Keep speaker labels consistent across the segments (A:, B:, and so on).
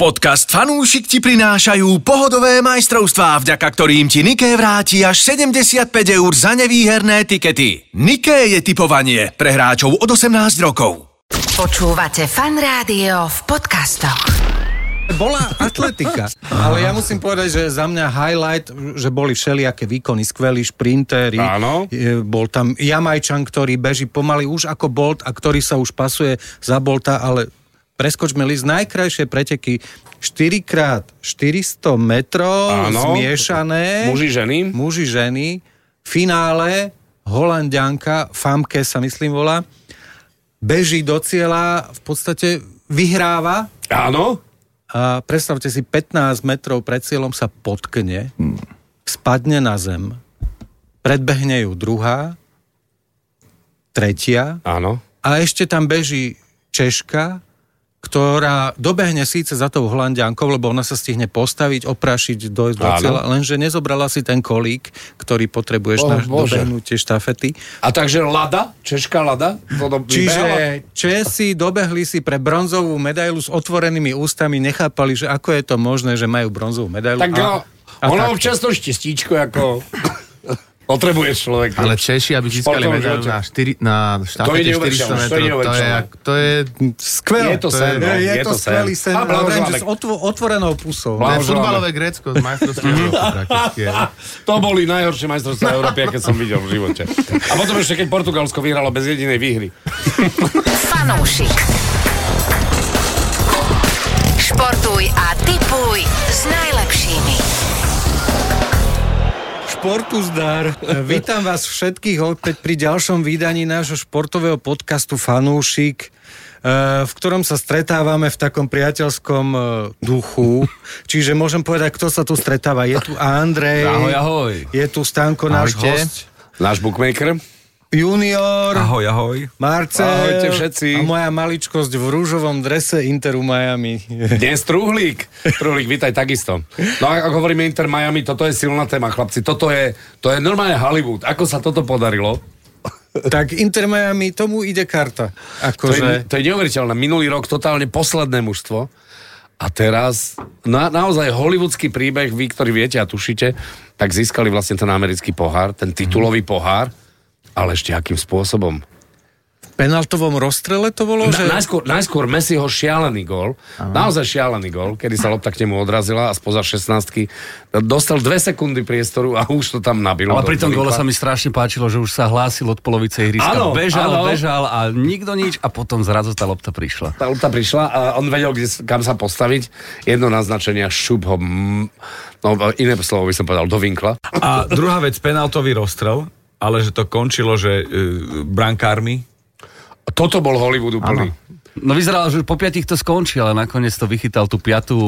A: Podcast Fanúšik ti prinášajú pohodové majstrovstvá, vďaka ktorým ti Niké vráti až 75 eur za nevýherné tikety. Niké je typovanie pre hráčov od 18 rokov.
B: Počúvate fan rádio v podcastoch.
C: Bola atletika, ale ja musím povedať, že za mňa highlight, že boli všelijaké výkony, skvelí šprintéri.
D: Áno.
C: E, Bol tam Jamajčan, ktorý beží pomaly už ako Bolt a ktorý sa už pasuje za Bolta, ale preskočme list. Najkrajšie preteky 4x400 metrov,
D: Áno.
C: zmiešané.
D: Muži, ženy.
C: Muži, ženy. Finále Holandianka, Famke sa myslím volá, beží do cieľa, v podstate vyhráva
D: Áno.
C: a predstavte si, 15 metrov pred cieľom sa potkne,
D: Hmm.
C: spadne na zem, predbehne ju druhá, tretia
D: Áno.
C: a ešte tam beží Češka, ktorá dobehne síce za tou Holandiankou, lebo ona sa stihne postaviť, oprašiť, dojsť do
D: Áno.
C: cieľa, lenže nezobrala si ten kolík, ktorý potrebuješ
D: Oh,
C: na
D: Bože.
C: dobehnutie štafety.
D: A takže Lada, Češka Lada, to do- vybehala.
C: Čiže Česi dobehli si pre bronzovú medailu s otvorenými ústami, nechápali, že ako je to možné, že majú bronzovú medailu.
D: tak no, ono
C: takto.
D: občas to štěstíčko ako potrebuje človek.
E: Ale Češi, aby získali
D: Športovom
E: medailu
D: živote.
E: na, 4, na
D: To je
E: štafete 400
D: neuveriteľné, to je
E: metrov, to je,
D: neuveriteľné.
E: ak- to je,
C: Skvelé.
D: Je to sen, no,
C: je, je,
D: je
C: to,
D: to sen.
C: skvelý sen.
D: A
C: ale
D: blahoželáme.
C: hovorím, že s otvo- otvorenou pusou.
E: to je
D: Blahoželáme.
E: futbalové Grécko z majstrovstiev
D: Mhm.
E: Európy prakticky. áno.
D: To boli najhoršie majstrovstvá Európy, aké som videl v živote. A potom ešte, keď Portugalsko vyhralo bez jedinej výhry.
B: Fanúšik. Športuj a tipuj s najlepšími.
C: Športu zdar. Vítam vás všetkých opäť pri ďalšom vydaní nášho športového podcastu Fanúšik, eh, v ktorom sa stretávame v takom priateľskom eh, duchu. Čiže môžem povedať, kto sa tu stretáva. Je tu Andrej.
D: Ahoj, ahoj.
C: Je tu Stanko, náš
E: Ahojte.
C: host.
D: Náš bookmaker.
C: Junior.
A: Ahoj, ahoj.
C: Marcel.
D: Ahojte
C: A
D: všetci.
C: moja maličkosť v rúžovom drese Interu Miami.
D: Dnes Truhlík. Truhlík, vítaj takisto. No a ak hovoríme Inter Miami, toto je silná téma, chlapci. Toto je, to je normálne Hollywood. Ako sa toto podarilo?
C: tak Inter Miami, tomu ide karta.
D: To je,
C: Akože...
D: to je neuveriteľné. Minulý rok totálne posledné mužstvo a teraz na, naozaj hollywoodský príbeh, vy, ktorí viete a tušíte, tak získali vlastne ten americký pohár, ten
F: Mhm.
D: titulový pohár, ale ešte akým spôsobom.
C: V penaltovom rozstrele to bolo? že...
D: Na, najskôr, najskôr Messiho šialený gol, naozaj šialený gol, kedy sa lopta k nemu odrazila a spoza 16 dostal dve sekundy priestoru a už to tam nabilo. do
F: Ale pri tom
D: Filipa.
F: gole sa mi strašne páčilo, že už sa hlásil od polovice ihriska.
D: Áno,
F: bežal,
D: áno.
F: bežal a nikto nič a potom zrazu tá lopta prišla.
D: tá lopta prišla a on vedel, kde, s- kam sa postaviť. Jedno naznačenie, šup ho, mm, no iné slovo by som povedal, do vinkla.
G: A druhá vec, penaltový rozstrel, ale že to končilo, že e, brankármi.
D: Toto bol Hollywood úplný.
F: No vyzeralo, že po piatich to skončí, ale nakoniec to vychytal tú piatú,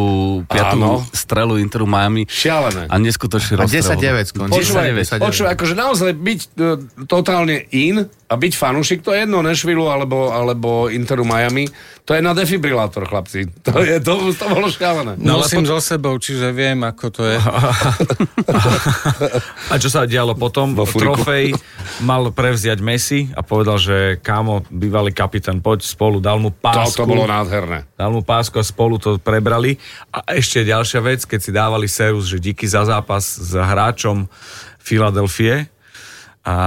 F: piatú
D: Áno.
F: strelu Interu Miami.
D: Šialené.
F: A neskutočný
E: A
F: rozstrel.
E: 10-9 skončí.
D: Počúvaj,
E: 10-9.
D: počúvaj, akože naozaj byť e, totálne in a byť fanúšik, to je jedno Nešvilu alebo, alebo Interu Miami, to je na defibrilátor, chlapci. To, je, to, to bolo šialené.
C: No, Nosím so sebou, čiže viem, ako to je.
G: A čo sa dialo potom?
D: Vo furiku.
G: Trofej mal prevziať Messi a povedal, že kámo, bývalý kapitán, poď spolu, dal mu
D: To,
G: pásku.
D: to bolo nádherné.
G: Dal mu pásku a spolu to prebrali. A ešte ďalšia vec, keď si dávali serus, že díky za zápas s hráčom Filadelfie a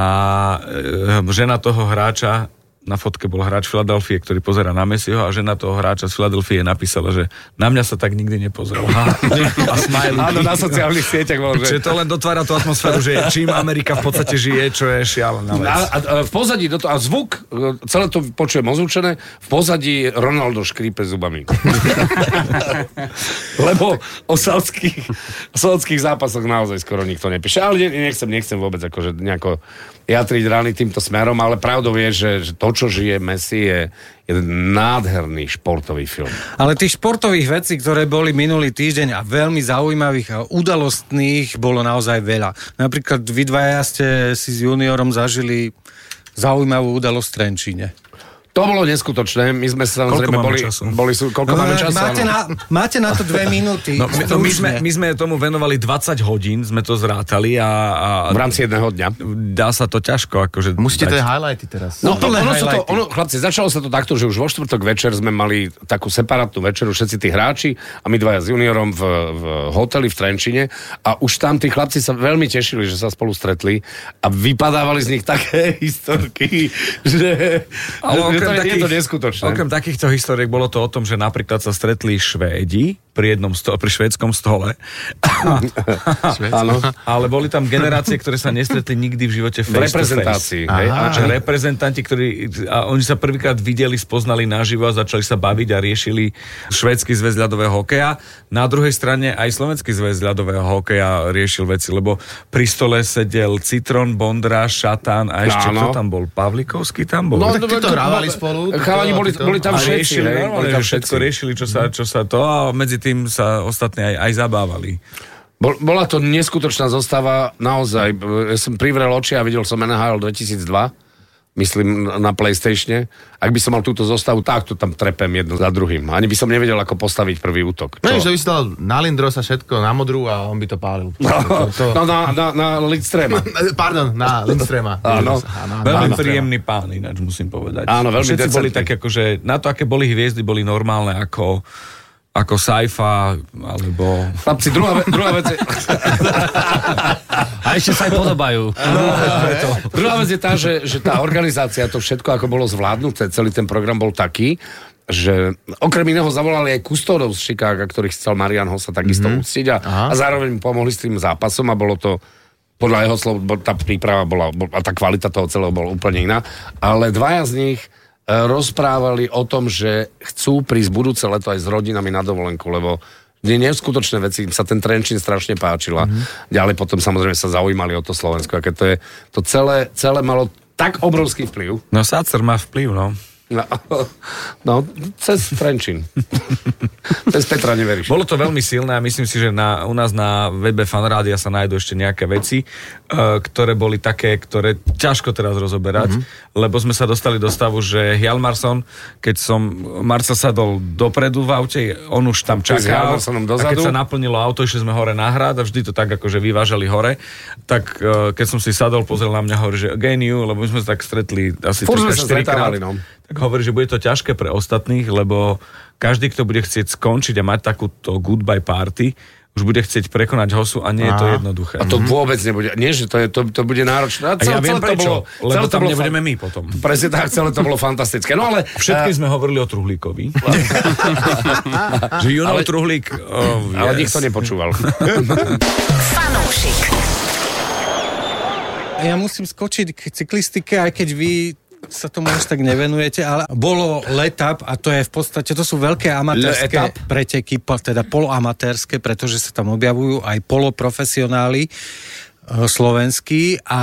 G: e, žena toho hráča na fotke bol hráč Filadelfie, ktorý pozera na Messiho a žena toho hráča z Filadelfie napísala, že na mňa sa tak nikdy nepozrel. A smajlíky.
D: Áno, na sociálnych sieťach bol, že...
G: Čiže to len dotvára tú atmosféru, že čím Amerika v podstate žije, čo je šialená vec.
D: A, a, a v pozadí, do toho, a zvuk, e, celé to počujem ozvučené, v pozadí Ronaldo škrípe zubami. Lebo o saudských, o saudských zápasoch naozaj skoro nikto nepíše. Ale ne- nechcem, nechcem vôbec akože nejako jatriť rany týmto smerom, ale pravdou je, že, že to, čo žije Messi, je jeden nádherný športový film.
C: Ale tých športových vecí, ktoré boli minulý týždeň a veľmi zaujímavých a udalostných, bolo naozaj veľa. Napríklad vy dvaja ste si s juniorom zažili zaujímavú udalosť v Trenčíne.
D: To bolo neskutočné. My sme sa
G: Koľko
D: samozrejme
G: máme
D: boli...
G: času? e,
D: boli sú, koľko
C: Má-
D: máme času?
C: No, máte,
D: áno.
C: na, máte na to dve minúty.
G: No, my, to my, sme,
C: Stručne.
G: my sme tomu venovali 20 hodín, sme to zrátali a, a
D: V rámci teda jedného dňa.
G: dá sa to ťažko. Akože
E: Musíte tie
G: dať.
E: highlighty teraz.
D: No, ono, ono, sa to, ono, chlapci, začalo sa to takto, že už vo štvrtok večer sme mali takú separátnu večeru, všetci tí hráči a my dvaja s juniorom v, v hoteli v Trenčine a už tam tí chlapci sa veľmi tešili, že sa spolu stretli a vypadávali z nich také historky, že,
G: Ale
D: že
G: okrem
D: to, je-
G: takých,
D: je to neskutočné.
G: Okrem takýchto historiek bolo to o tom, že napríklad sa stretli Švédi pri jednom sto, pri švédskom stole,
D: Áno.
G: ale boli tam generácie, ktoré sa nestretli nikdy v živote
D: V
G: face to face.
D: reprezentácii. hej?
E: Aha.
D: A
G: Že reprezentanti, ktorí, a oni sa prvýkrát videli, spoznali naživo a začali sa baviť a riešili švédsky zväz ľadového hokeja. Na druhej strane aj slovenský zväz ľadového hokeja riešil veci, lebo pri stole sedel Citron, Bondra, Šatán a ešte
D: Áno. No,
G: kto tam bol? Pavlikovský tam bol?
E: tak títo hrávali spolu, títo-
D: Chalani boli,
E: títo-
D: boli tam
G: a
D: všetci.
G: riešili,
D: hej?
G: normálne,
D: Boli tam
G: že všetko
D: všetci.
G: riešili, čo sa, čo sa to a medzi tým sa ostatní aj, aj zabávali.
D: Bol, bola to neskutočná zostava, naozaj. Ja som privrel oči a videl som NHL 2002, myslím na Playstatione. Ak by som mal túto zostavu, tak to tam trepem jedno za druhým. Ani by som nevedel, ako postaviť prvý útok.
E: No, že
D: Čo?
E: by si dal na Lindrosa všetko, na modrú a on by to pálil.
D: No, no na, na, na Lidstrema.
E: Pardon, na Lindstrema.
D: Áno.
G: Veľmi
D: áno.
G: príjemný pán, ináč musím povedať.
D: Áno, veľmi
G: Všetci boli
D: decentný.
G: tak, akože, na to, aké boli hviezdy, boli normálne ako, ako Saifa, alebo...
D: Chlapci, druhá, ve- druhá vec je...
F: A ešte sa aj podobajú.
D: Druhá vec je tá, že, že tá organizácia, to všetko, ako bolo zvládnuté, celý ten program bol taký, že okrem iného zavolali aj kustodov z Chicaga, ktorých chcel Marian Hossa takisto mm-hmm. uctiť a, a zároveň mu pomohli s tým zápasom a bolo to podľa jeho slov, bo- tá príprava bola, bo- a tá kvalita toho celého bola úplne iná, ale dvaja z nich e, rozprávali o tom, že chcú prísť budúce leto aj s rodinami na dovolenku, lebo nie neskutočné veci, im sa ten Trenčín strašne páčila.
G: Mhm.
D: Mm-hmm. Ďalej potom samozrejme sa zaujímali o to Slovensko, aké to je. To celé, celé malo tak obrovský vplyv.
G: No Sácer má vplyv, no.
D: No, no cez Trenčín. cez Petra neveríš.
G: Bolo to veľmi silné a myslím si, že na, u nás na webe fanrádia sa nájdú ešte nejaké veci, e, ktoré boli také, ktoré ťažko teraz
D: Mhm.
G: rozoberať, mm-hmm. lebo sme sa dostali do stavu, že Hjalmarsson, keď som Marcel sadol dopredu v aute, on už tam
D: Ty s
G: čakal.
D: Hjalmarssonom
G: a
D: dozadu?
G: keď sa naplnilo auto, išli sme hore na hrad a vždy to tak akože vyvážali hore, tak e, keď som si sadol, pozrel na mňa, hovorí, že geniu, lebo my sme sa tak stretli asi
D: Furt sme sa
G: 3-4 krát.
D: stretávali, no.
G: Tak hovorí, že bude to ťažké pre ostatných, lebo každý, kto bude chcieť skončiť a mať takúto goodbye party, už bude chcieť prekonať hosu a nie je to jednoduché.
D: A to vôbec nebude. Nie, že to, je, to, to bude náročné. A
G: Mhm. A ja
D: to
G: viem prečo,
D: bolo,
G: lebo
D: celé to
G: tam
D: bolo
G: nebudeme
D: fan-
G: my potom.
D: Presne tak, celé to bolo fantastické. No ale...
G: Všetky sme hovorili o Truhlíkovi. že you know
D: Ale-
G: Truhlík. Oh,
D: Ale
G: yes.
D: nikto nepočúval.
B: Fanúšik.
C: Ja musím skočiť k cyklistike, aj keď vy sa tomu až tak nevenujete, ale bolo letap a to je v podstate, to sú veľké amatérske
D: Letap?
C: preteky, po- teda poloamatérske, pretože sa tam objavujú aj poloprofesionáli e, slovenskí a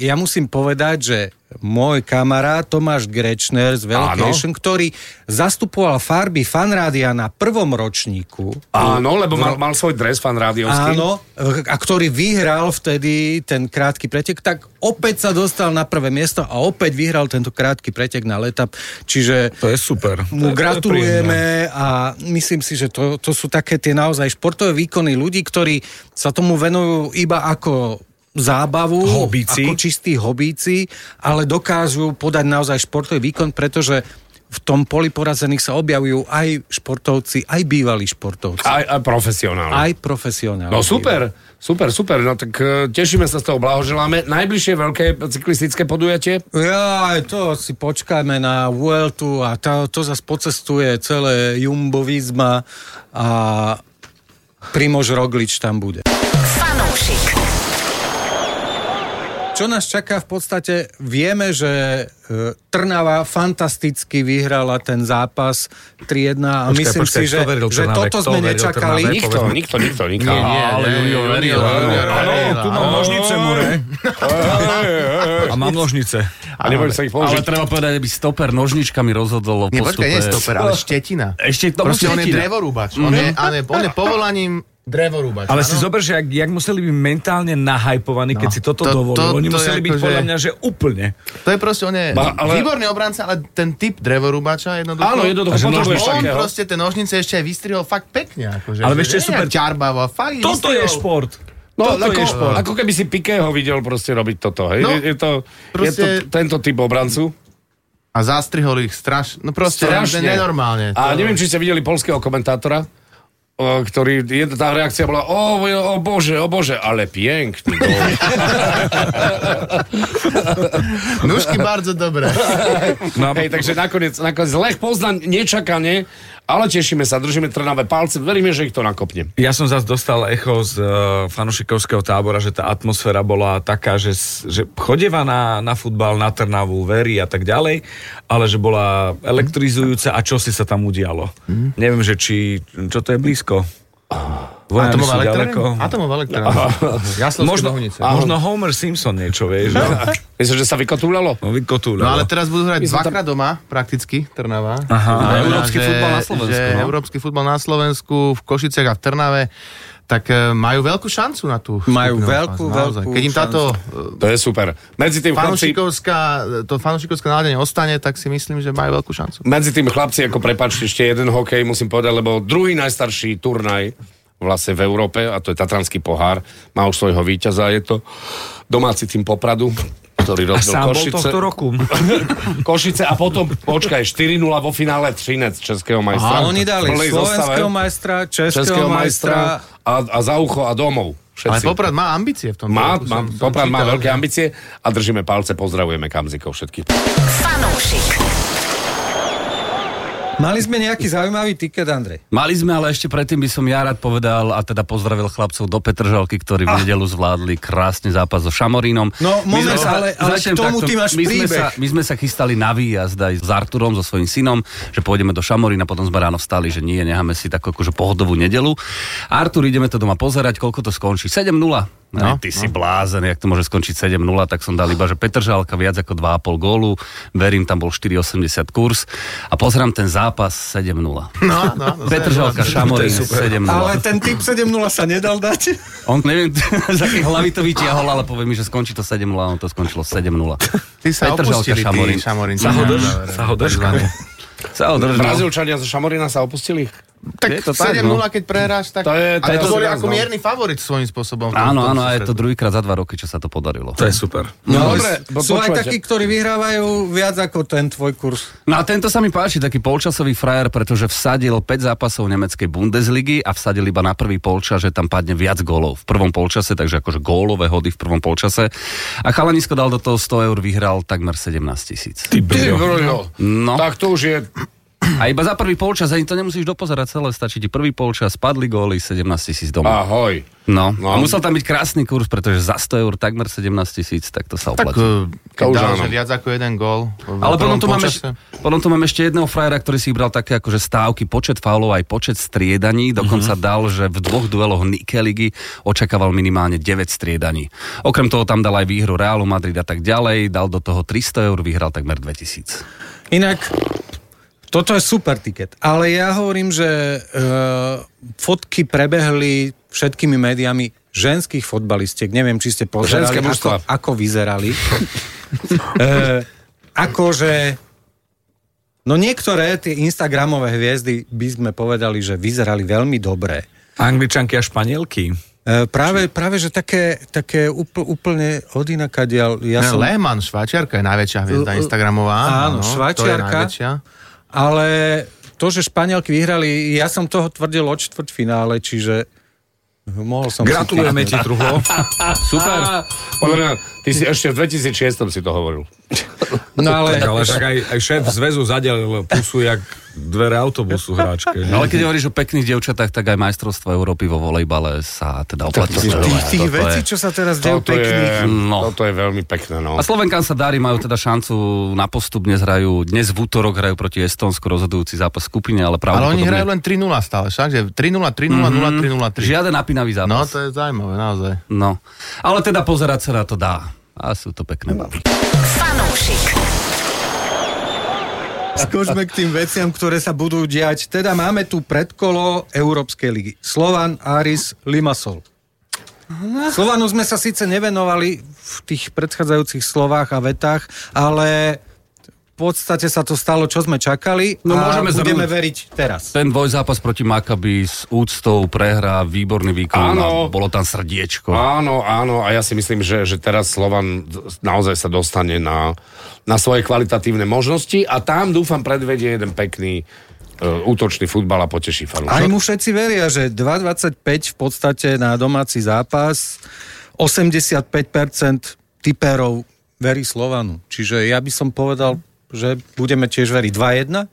C: ja musím povedať, že môj kamarát Tomáš Grečner z
D: Áno.
C: Veľkejšen, ktorý zastupoval farby fanrádia na prvom ročníku
D: Áno, lebo mal,
E: No.
D: mal svoj dres fan rádiovský.
C: Áno, a ktorý vyhral vtedy ten krátky pretek, tak opäť sa dostal na prvé miesto a opäť vyhral tento krátky pretek na letap. Čiže
G: To je super. To je- to
C: mu
G: je príjemné.
C: gratulujeme a myslím si, že to, to sú také tie naozaj športové výkony ľudí, ktorí sa tomu venujú iba ako zábavu,
G: Hobíci.
C: ako čistí hobíci, ale dokážu podať naozaj športový výkon, pretože v tom poli porazených sa objavujú aj športovci, aj bývalí športovci,
D: Aj, aj profesionálne.
C: aj profesionáli.
D: No super, super, super. No tak e, tešíme sa z toho, blahoželáme. Najbližšie veľké cyklistické podujatie?
C: Ja, to si počkajme na Vueltu a to, to zase pocestuje celé jumbovizma a Primož Roglič tam bude.
B: Fanúšik.
C: Čo nás čaká v podstate, vieme, že e, Trnava fantasticky vyhrala ten zápas 3-1 a
G: Počkaj,
C: myslím
G: počkaj,
C: si, že,
G: kto veril
C: že toto
G: Trnave? Kto
C: sme
G: veril
C: nečakali.
G: Trnave?
D: Nikto,
G: povedzme.
D: nikto, nikto, nikto.
E: Nie, nie,
D: Ale-
E: ale junior, junior, junior, junior,
G: Tu mám nožnice, more. A mám nožnice.
D: A nebudem sa ich
F: Ale
D: použiť.
F: treba povedať, aby stoper nožničkami rozhodol o
E: Nie, počkaj,
F: postupe.
E: nie stoper, ale štetina.
F: Ešte k tomu
E: Proste on je
F: štetina.
D: Mhm.
E: drevorúbač. On je, ale on je povolaním Drevorúbač, áno?
G: Ale si zober, že jak, jak museli byť mentálne nahajpovaní, keď si toto
E: To- to-
G: dovolili. Oni
E: to je
G: museli byť
E: akože-
G: podľa mňa, že úplne.
E: To je proste, on je
D: Ba- ale-
E: ale... výborný obranca, ale ten typ drevorúbača jednoducho.
D: Áno, jednoducho
E: No, Takže
G: no,
D: potrebuješ
E: on
D: takého.
E: proste tie nožnice ešte aj vystrihol fakt pekne. Akože,
G: Ale
E: že
G: vieš, čo je
E: nie
G: super?
E: nejak ťarbavo, a fakt ich
G: Toto je
E: vystrihol.
G: šport.
D: No,
G: Toto
D: ako,
G: je šport.
D: ako keby si Pikého videl proste robiť toto. Hej? No,
E: No,
D: je, je, to, proste... je
E: proste-
D: to tento typ obrancu.
E: A zastrihol ich strašne, no proste
D: Strašne.
E: strašne. nenormálne.
D: A neviem, či ste videli polského komentátora, o, ktorý, jedna- tá reakcia bola, o, o, o bože, o bože, ale piękný gól.
E: Nůžky bardzo dobré.
G: No,
D: Hej, takže nakoniec, nakoniec Lech Poznaň nečakane, ale tešíme sa, držíme trnavé palce, veríme, že ich to nakopne.
G: Ja som zase dostal echo z uh, fanušikovského tábora, že tá atmosféra bola taká, že, s- že chodeva na, na futbal, na Trnavu, verí a tak ďalej, ale že bola elektrizujúca a čo si sa tam udialo. Neviem, že či, čo to je blízko. Vojany sú
E: Atomová
G: ďaleko.
E: elektrárna? Atomová elektrárna. Jaslovské
G: No. Možno,
E: Bohunice.
G: možno Homer Simpson niečo, vieš. že?
D: Myslím, že sa vykotúľalo.
G: No, vykotúľalo.
E: No ale teraz budú hrať
D: My sme tam-
E: dvakrát doma, prakticky, Trnava.
G: Aha.
E: To znamená,
F: Európsky
E: že-
F: futbal na Slovensku,
E: Že
F: no.
E: Európsky futbal na Slovensku, v Košiciach a v Trnave, tak e, majú veľkú šancu na tú
C: Majú
E: skupinu,
C: veľkú,
E: naozaj.
C: veľkú
E: Keď im táto
D: To je super. Medzi tým
E: e,
D: chlapci,
E: fanúšikovská, to fanúšikovské naladenie ostane, tak si myslím, že majú veľkú šancu.
D: medzi tým chlapci, ako prepačte, ešte jeden hokej musím povedať, lebo druhý najstarší turnaj vlastne v Európe, a to je Tatranský pohár, má už svojho víťaza, je to domáci tým Popradu, ktorý
G: a
D: rozbil
G: sám bol
D: Košice.
G: tohto roku.
D: Košice a potom, počkaj, 4-0 vo finále Třinec českého
C: A
D: majstra.
C: oni dali
D: Plnej
C: slovenského
D: zostave,
C: majstra, českého,
D: českého majstra
C: majstra.
D: a, a za ucho a domov. Všetci.
E: Ale Poprad má ambície v tom.
D: Má,
E: roku,
D: má,
E: som- som
D: Poprad má
E: čítal,
D: veľké
E: že-
D: ambície a držíme palce, pozdravujeme kamzikov všetkých.
B: Fanúšik.
C: Mali sme nejaký zaujímavý tiket, Andrej.
F: Mali sme, ale ešte predtým by som ja rád povedal a teda pozdravil chlapcov do Petržalky, ktorí v nedelu zvládli krásny zápas so Šamorínom.
C: Ah. No,
F: My sme
C: moment, ale- ale k
F: začnem
C: tomu ty máš
F: my sme,
C: príbeh.
F: sa, my sme sa chystali na výjazd aj s Arturom, so svojím synom, že pôjdeme do Šamorína, potom sme ráno vstali, že nie, necháme si takú akože pohodovú nedelu. Artur, ideme to doma pozerať, koľko to skončí? 7-0. No, ty no. si blázen, jak to môže skončiť 7-0, tak som dal iba, že Petržalka viac ako 2,5 gólu, verím, tam bol 4,80 kurz a pozerám ten zápas 7-0.
E: No, no, no,
F: Petržalka, Šamorín, 7
D: No.
C: Ale ten typ 7-0 sa nedal dať.
F: On neviem, z akej hlavy to vytiahol, ale povie mi, že skončí to 7 a on to skončilo 7 0
E: Ty sa opustili, Šamorín. Šamorín.
F: Sa ho drž?
E: Dobre,
G: sa ho drž,
E: takzvané.
F: Sa ho drž, no.
D: Brazílčania zo Šamorina sa opustili.
E: Tak
F: Je to tak,
E: 7-0,
F: no.
E: keď prehráš, tak...
D: To je- to
E: a
D: je
E: to
D: to
E: boli
D: zraz,
E: ako
D: no.
E: mierny favorit svojím spôsobom. v tom- v
F: Áno,
E: tom
F: áno, a je
E: sústretu.
F: to druhýkrát za dva roky, čo sa to podarilo.
G: To je super.
D: No,
C: Sú aj takí, ktorí vyhrávajú viac ako ten tvoj kurz.
F: No a tento sa mi páči, taký polčasový frajer, pretože vsadil 5 zápasov nemeckej Bundesligy a vsadil iba na prvý polčas, že tam padne viac gólov v prvom polčase, takže akože gólové hody v prvom polčase. A chalanisko dal do toho 100 eur, vyhral takmer 17 tisíc.
G: Ty
D: Ty
G: brďo.
D: brďo.
F: No.
D: Tak to už je...
F: A iba za prvý polčas, ani to nemusíš dopozerať celé, stačí ti prvý polčas, padli góly, 17 tisíc doma.
D: Ahoj.
F: No.
D: No.
F: no, a musel tam byť krásny kurz, pretože za 100 eur takmer 17 tisíc, tak to sa
E: Tak,
F: oplatí.
E: eh, keď
D: už
E: dal,
D: áno.
E: že viac ako jeden gól. v
F: Ale potom
E: prvom
F: tu, máme,
E: polčase.
F: potom tu máme ešte jedného frajera, ktorý si vybral také akože stávky, počet faulov aj počet striedaní. Dokonca
E: Mhm.
F: mm-hmm. dal, že v dvoch dueloch Nike ligy očakával minimálne 9 striedaní. Okrem toho tam dal aj výhru Realu Madrid a tak ďalej. Dal do toho 300 eur, vyhral takmer 2000.
C: Inak, toto je super tiket, ale ja hovorím, že e, fotky prebehli všetkými médiami ženských fotbalistiek. Neviem, či ste
D: Ženské
C: pozerali, ako,
D: mužstva.
C: ako vyzerali. e, akože... No niektoré tie Instagramové hviezdy by sme povedali, že vyzerali veľmi dobre.
G: Angličanky a španielky.
C: E, práve, práve, že také, také úpl, úplne odinaka dial. Ja
E: Ne,
C: som...
E: Lehmann, šváčiarka je najväčšia hviezda
C: L- l-
E: Instagramová. No,
C: Áno,
E: to je
C: Švajčiarka.
E: najväčšia.
C: Ale to, že Španielky vyhrali, ja som toho tvrdil od štvrťfinále, čiže mohol som... si
G: Gratulujeme ti,
C: kýchnuť.
G: Truhlo.
D: Super. Podľa mňa, ty si ešte v 2006 si to hovoril.
C: No ale,
G: Tak, ale však aj, aj šéf zväzu zadelil pusu jak dvere autobusu hráčke.
F: No ale keď hovoríš o pekných dievčatách, tak aj majstrovstvo Európy vo volejbale sa teda oplatí.
C: tých,
F: sledovať.
C: tých
F: Toto je-
C: vecí, čo sa teraz dejú
D: Toto
C: pekných...
D: je,
F: No.
D: toto je veľmi pekné, no.
F: A Slovenkám sa darí, majú teda šancu na postup, dnes hrajú, dnes v útorok hrajú proti Estónsku rozhodujúci zápas skupine, ale
E: Ale
F: pravdepodobne...
E: oni hrajú len 3-0 stále, však? Že 3-0, 3-0,
C: Mhm.
E: 0-3, 0-3.
F: Žiaden napínavý
E: No,
F: zápas.
E: to je zaujímavé, naozaj.
F: No. Ale teda pozerať sa na to dá. A sú to pekné baby.
B: Fanúšik.
C: Skočme k tým veciam, ktoré sa budú diať. Teda máme tu predkolo Európskej ligy. Slovan, Aris, Limassol. Slovanu sme sa síce nevenovali v tých predchádzajúcich slovách a vetách, ale v podstate sa to stalo, čo sme čakali
F: No,
C: a
F: môžeme
C: budeme
F: zhrnúť.
C: veriť teraz.
F: Ten dvojzápas proti Makabi s úctou prehrá, výborný výkon.
D: Áno.
F: a Bolo tam srdiečko.
D: Áno, áno, a ja si myslím, že, že teraz Slovan naozaj sa dostane na, na svoje kvalitatívne možnosti a tam dúfam predvedie jeden pekný uh, útočný futbal a poteší
C: Aj
D: fanúšok.
C: mu všetci veria, že 2,25 v podstate na domáci zápas, 85% typerov verí Slovanu. Čiže ja by som povedal, že budeme tiež veriť 2-1,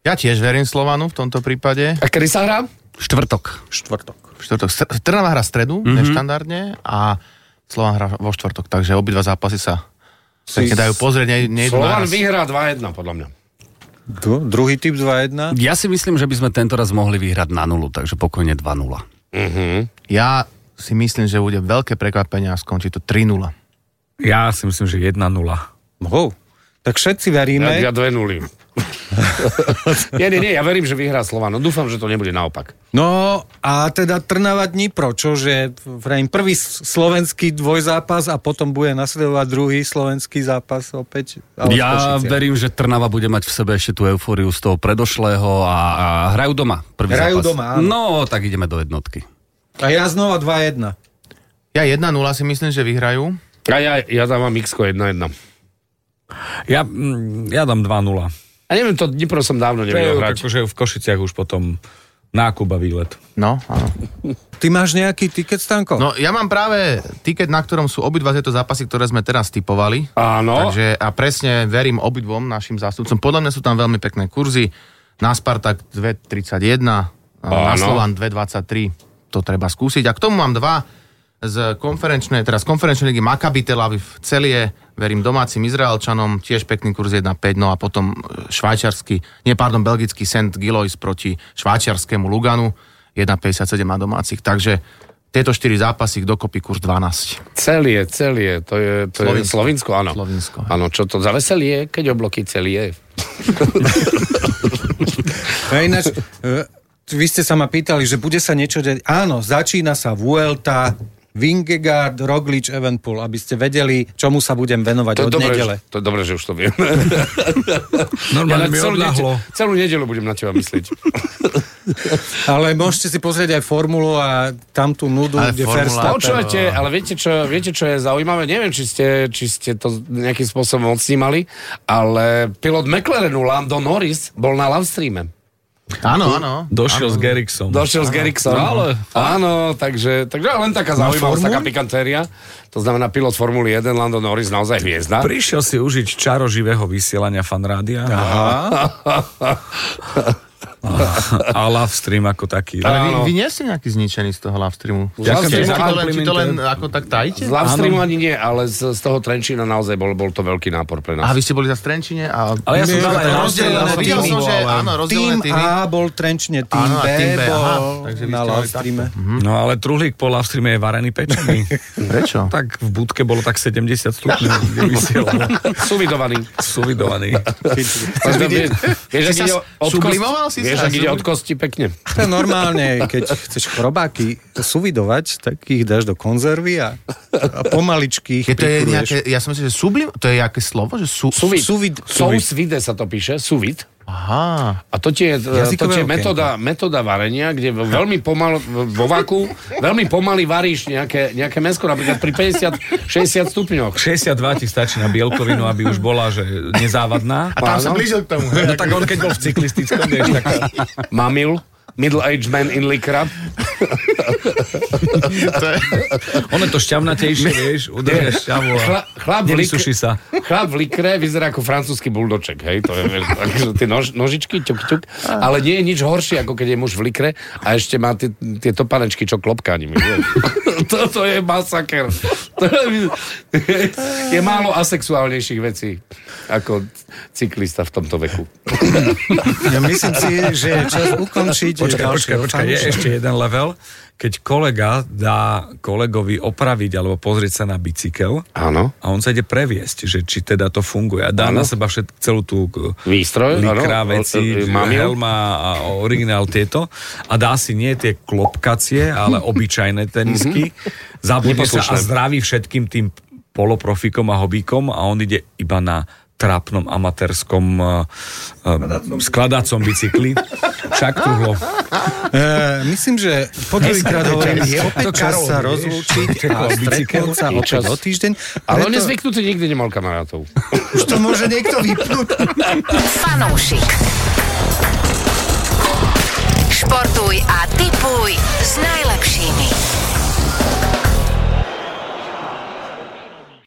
E: Ja tiež verím Slovanu v tomto prípade.
D: A kedy sa hrá?
F: Štvrtok.
C: štvrtok.
E: V Štvrtok. Str- Trnava hra
C: Mhm.
E: stredu, mm-hmm. neštandardne, a Slovan hra vo štvrtok, takže obidva zápasy sa pekne dajú pozrieť. Ne, nejdu
D: Slovan
E: naraz.
D: vyhrá 2-1, podľa mňa.
C: Du- druhý typ 2-1.
F: Ja si myslím, že by sme tento raz mohli vyhrať na nulu, takže pokojne 2-0.
E: Ja si myslím, že bude veľké prekvapenie a skončí to 3-0.
G: Ja si myslím, že 1-0.
C: Ho. Tak všetci veríme.
D: Ja, ja 2 nuly. nie, nie, nie, ja verím, že vyhrá Slovan. No dúfam, že to nebude naopak.
C: No a teda Trnava Dnipro, čože vrajím prvý s- slovenský dvojzápas a potom bude nasledovať druhý slovenský zápas opäť. ale v
F: Ja
C: Košiciach.
F: verím, že Trnava bude mať v sebe ešte tú eufóriu z toho predošlého a, a hrajú doma. Prvý
C: Hrajú
F: zápas.
C: doma, áno.
F: No, tak ideme do jednotky.
C: A ja znova 2-1.
E: Ja 1-0 si myslím, že vyhrajú.
D: A ja, ja dávam x 1-1.
G: Ja, mm, ja dám 2-0.
D: A neviem, to Dnipro som dávno
G: To je
D: nevedel hrať.
G: akože v Košiciach už potom nákup a výlet.
E: No, áno.
C: Ty máš nejaký tiket, Stanko?
E: No, ja mám práve tiket, na ktorom sú obidva tieto zápasy, ktoré sme teraz typovali.
D: Áno,
E: Takže a presne verím obidvom našim zástupcom. Podľa mňa sú tam veľmi pekné kurzy. Na Spartak 2,31, na
D: Áno.
E: Slovan 2,23. To treba skúsiť. A k tomu mám dva z konferenčnej, teraz konferenčnej ligy Maccabi Tel Aviv celie, verím domácim Izraelčanom, tiež pekný kurz 1,5, no a potom e, švajčiarsky, nie, pardon, belgický St. Gilois proti švajčiarskému Luganu, 1,57 na domácich, takže tieto štyri zápasy dokopy kurz 12.
D: celie, celie, to je, to je
E: Slovinsko.
D: Slovinsko, áno.
E: Slovinsko, hej.
D: Áno, čo to za veselie, keď obloky celie.
C: A ináč, e, vy ste sa ma pýtali, že bude sa niečo deť. Áno, začína sa Vuelta, Vingegaard, Roglič, Evenpool, aby ste vedeli, čomu sa budem venovať
D: To je,
C: od
D: dobré,
C: nedele.
D: že- to je dobré, že už to viem.
G: Normálne
D: na
G: mi
D: celú,
G: odľahlo.
D: nete- celú nedelu budem na teba myslieť.
C: Ale môžete si pozrieť aj formulu a tam tú nudu,
E: Ale
C: kde
E: formula-
C: Verstappen...
D: Počúvate, ale viete čo, viete, čo je zaujímavé? Neviem, či ste, či ste to nejakým spôsobom odsnímali, ale pilot McLarenu Lando Norris bol na live streame.
E: Áno, áno.
G: Došiel s Geriksom.
D: Došiel s Geriksom.
E: No,
G: Ale-
D: Áno, takže, takže len taká zaujímavosť, taká pikantéria. To znamená, pilot Formuly 1, Lando Norris, naozaj hviezda.
G: Prišiel si užiť čaro živého vysielania fanrádia
C: Aha.
G: a live stream ako taký.
E: Ale vy,
D: Áno.
E: vy nie ste nejaký zničený z toho live streamu.
D: Ja som
E: Či
D: za
E: to, len, či to len
G: komplimentem.
E: ako tak tajíte?
D: Z live streamu ani nie, ale z, z toho Trenčína naozaj bol, bol to veľky nápor pre nás.
E: A vy ste boli za Strenčine a...
G: Ale ja som
C: Nie,
G: dal aj
C: to
G: rozdielne
C: rozdelené
E: Videl
G: týmy.
E: som, že
C: ale-
E: áno, rozdelené
C: Tým
E: týmy.
C: A bol trenčne, tým
E: Áno, a
C: B
E: tým B, aha.
C: bol
E: Takže vy
C: na
E: ste mali
C: live
E: takto.
C: streame.
G: No ale truhlík po live streame je varený pečený.
E: Prečo?
G: tak v budke bolo tak 70 stupňov, kde vysielal.
D: Suvidovaný.
G: Suvidovaný.
D: No, Vieš, vieš, vieš, ak
E: sa
D: ide od
E: sublimoval
D: kosti,
E: si
D: vieš,
E: sa?
D: ak ide od kosti pekne.
C: To je normálne, keď chceš chrobáky suvidovať, tak ich dáš do konzervy a, a pomaličky ich
E: Je to je
C: prikruješ.
E: nejaké, ja som myslím, že sublim, to je nejaké slovo, že sú...
D: Suvid.
C: Suvid.
D: Sousvide sa to píše, suvid.
E: Aha.
D: A to tie, to
C: Jazykové
D: tie
C: okienko.
D: metóda, metóda varenia, kde vo- veľmi pomal, vo vaku, veľmi pomaly varíš nejaké, nejaké mesko, napríklad pri 50-60 stupňoch.
G: 62 ti stačí na bielkovinu, aby už bola že nezávadná.
E: A tam sa
D: Áno.
E: blížil k tomu.
G: No tak on keď bol v cyklistickom, vieš, tak...
D: Mamil, middle-aged man in liquor.
E: To je-
G: Ono je to šťavnatejšie, vieš, udržia šťavu a
D: Chla, chlap, v
G: nevysuší sa.
D: chlap v likre vyzerá ako francúzsky buldoček, hej, to je, vieš, takže tie nož, nožičky, ťuk, ťuk, ale nie je nič horšie, ako keď je muž v likre a ešte má tie, tie topanečky, čo klopká nimi, vieš. Toto je masaker. To je, je málo asexuálnejších vecí, ako cyklista v tomto veku.
C: Ja myslím si, že je čas ukončiť.
G: Počkaj,
C: ďalšie
G: počkaj, počkaj, je
C: fanúšikov.
G: ešte jeden level, keď kolega dá kolegovi opraviť alebo pozrieť sa na bicykel
D: Áno.
G: a on sa ide previesť, že či teda to funguje a dá
D: Áno.
G: na seba všet, celú tú k-
D: Výstroj,
G: likra,
D: áno.
G: veci,
D: E, e, mamiu.
G: helma a originál tieto a dá si nie tie klopkacie, ale obyčajné tenisky, zabudne sa
D: Mhm.
G: a
D: Neposlušné.
G: zdraví všetkým tým poloprofikom a hobíkom a on ide iba na trápnom amatérskom uh, uh, skladacom bicykli. Však truhlo.
C: E, myslím, že po druhýkrát hovorím, je opäť čas sa rozlúčiť a stretnúť sa
D: Je
C: opäť
D: čas.
C: o týždeň.
D: Ale on je
C: Preto
D: zvyknutý, nikdy nemal kamarátov.
C: už to môže niekto vypnúť.
B: Fanúšik. Športuj a tipuj